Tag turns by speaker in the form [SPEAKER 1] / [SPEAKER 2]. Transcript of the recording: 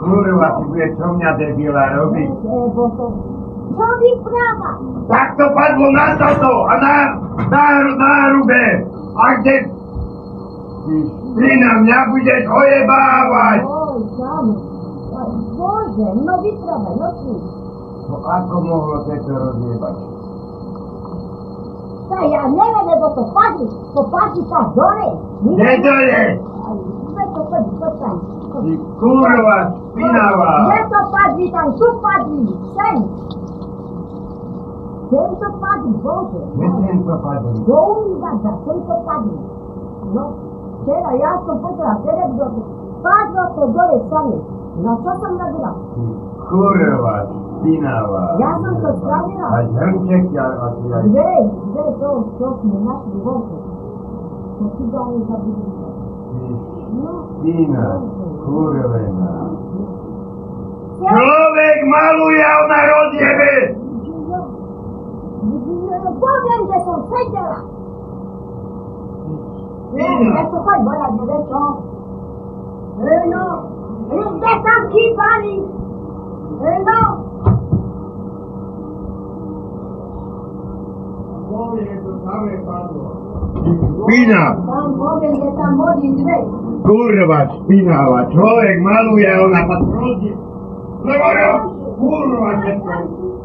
[SPEAKER 1] Kurwa, ty wiesz, co mnie debila robi?
[SPEAKER 2] Robi prawa.
[SPEAKER 1] Tak to padło na to, to a na, na, na rubę. A gdzie ślina mnie będziesz ojebałaś?
[SPEAKER 2] Oj, tam. Oj, Boże, no i prawa, no cóż.
[SPEAKER 1] No a to mogło te to rozjebać?
[SPEAKER 2] Ta ja nie wiem, bo to padli, to padli tam dole.
[SPEAKER 1] Nie to jest!
[SPEAKER 2] Gdzie to padli, to tam.
[SPEAKER 1] I kurwa spinała!
[SPEAKER 2] Gdzie to padli tam, tu padli, ten. Ten to padli, Boże.
[SPEAKER 1] Nie ten co padł.
[SPEAKER 2] Do uniwersa, ten to padli. No, teraz ja to potrafię, teraz do Padło to dole same. No co tam nagrał?
[SPEAKER 1] Kurwa spinała!
[SPEAKER 2] Ja sam to sprawdziłam.
[SPEAKER 1] A ręczek ja otwieram.
[SPEAKER 2] Gdzie, gdzie to, to nie naszli wątki. To ci do mnie zabili. No.
[SPEAKER 1] Spina, kurwa. Człowiek maluje o narodzie!
[SPEAKER 2] Powiem, że są sędzia! Ja to chodź, bo ja nie wiem co. E, No, E, gdzie tam ci pani? E, No,
[SPEAKER 1] Spina!
[SPEAKER 2] tam powiem, że tam młodzi dwie.
[SPEAKER 1] Kurwa, spinała. Człowiek maluje, ona patrodzi. No bo ja, kurwa, się to...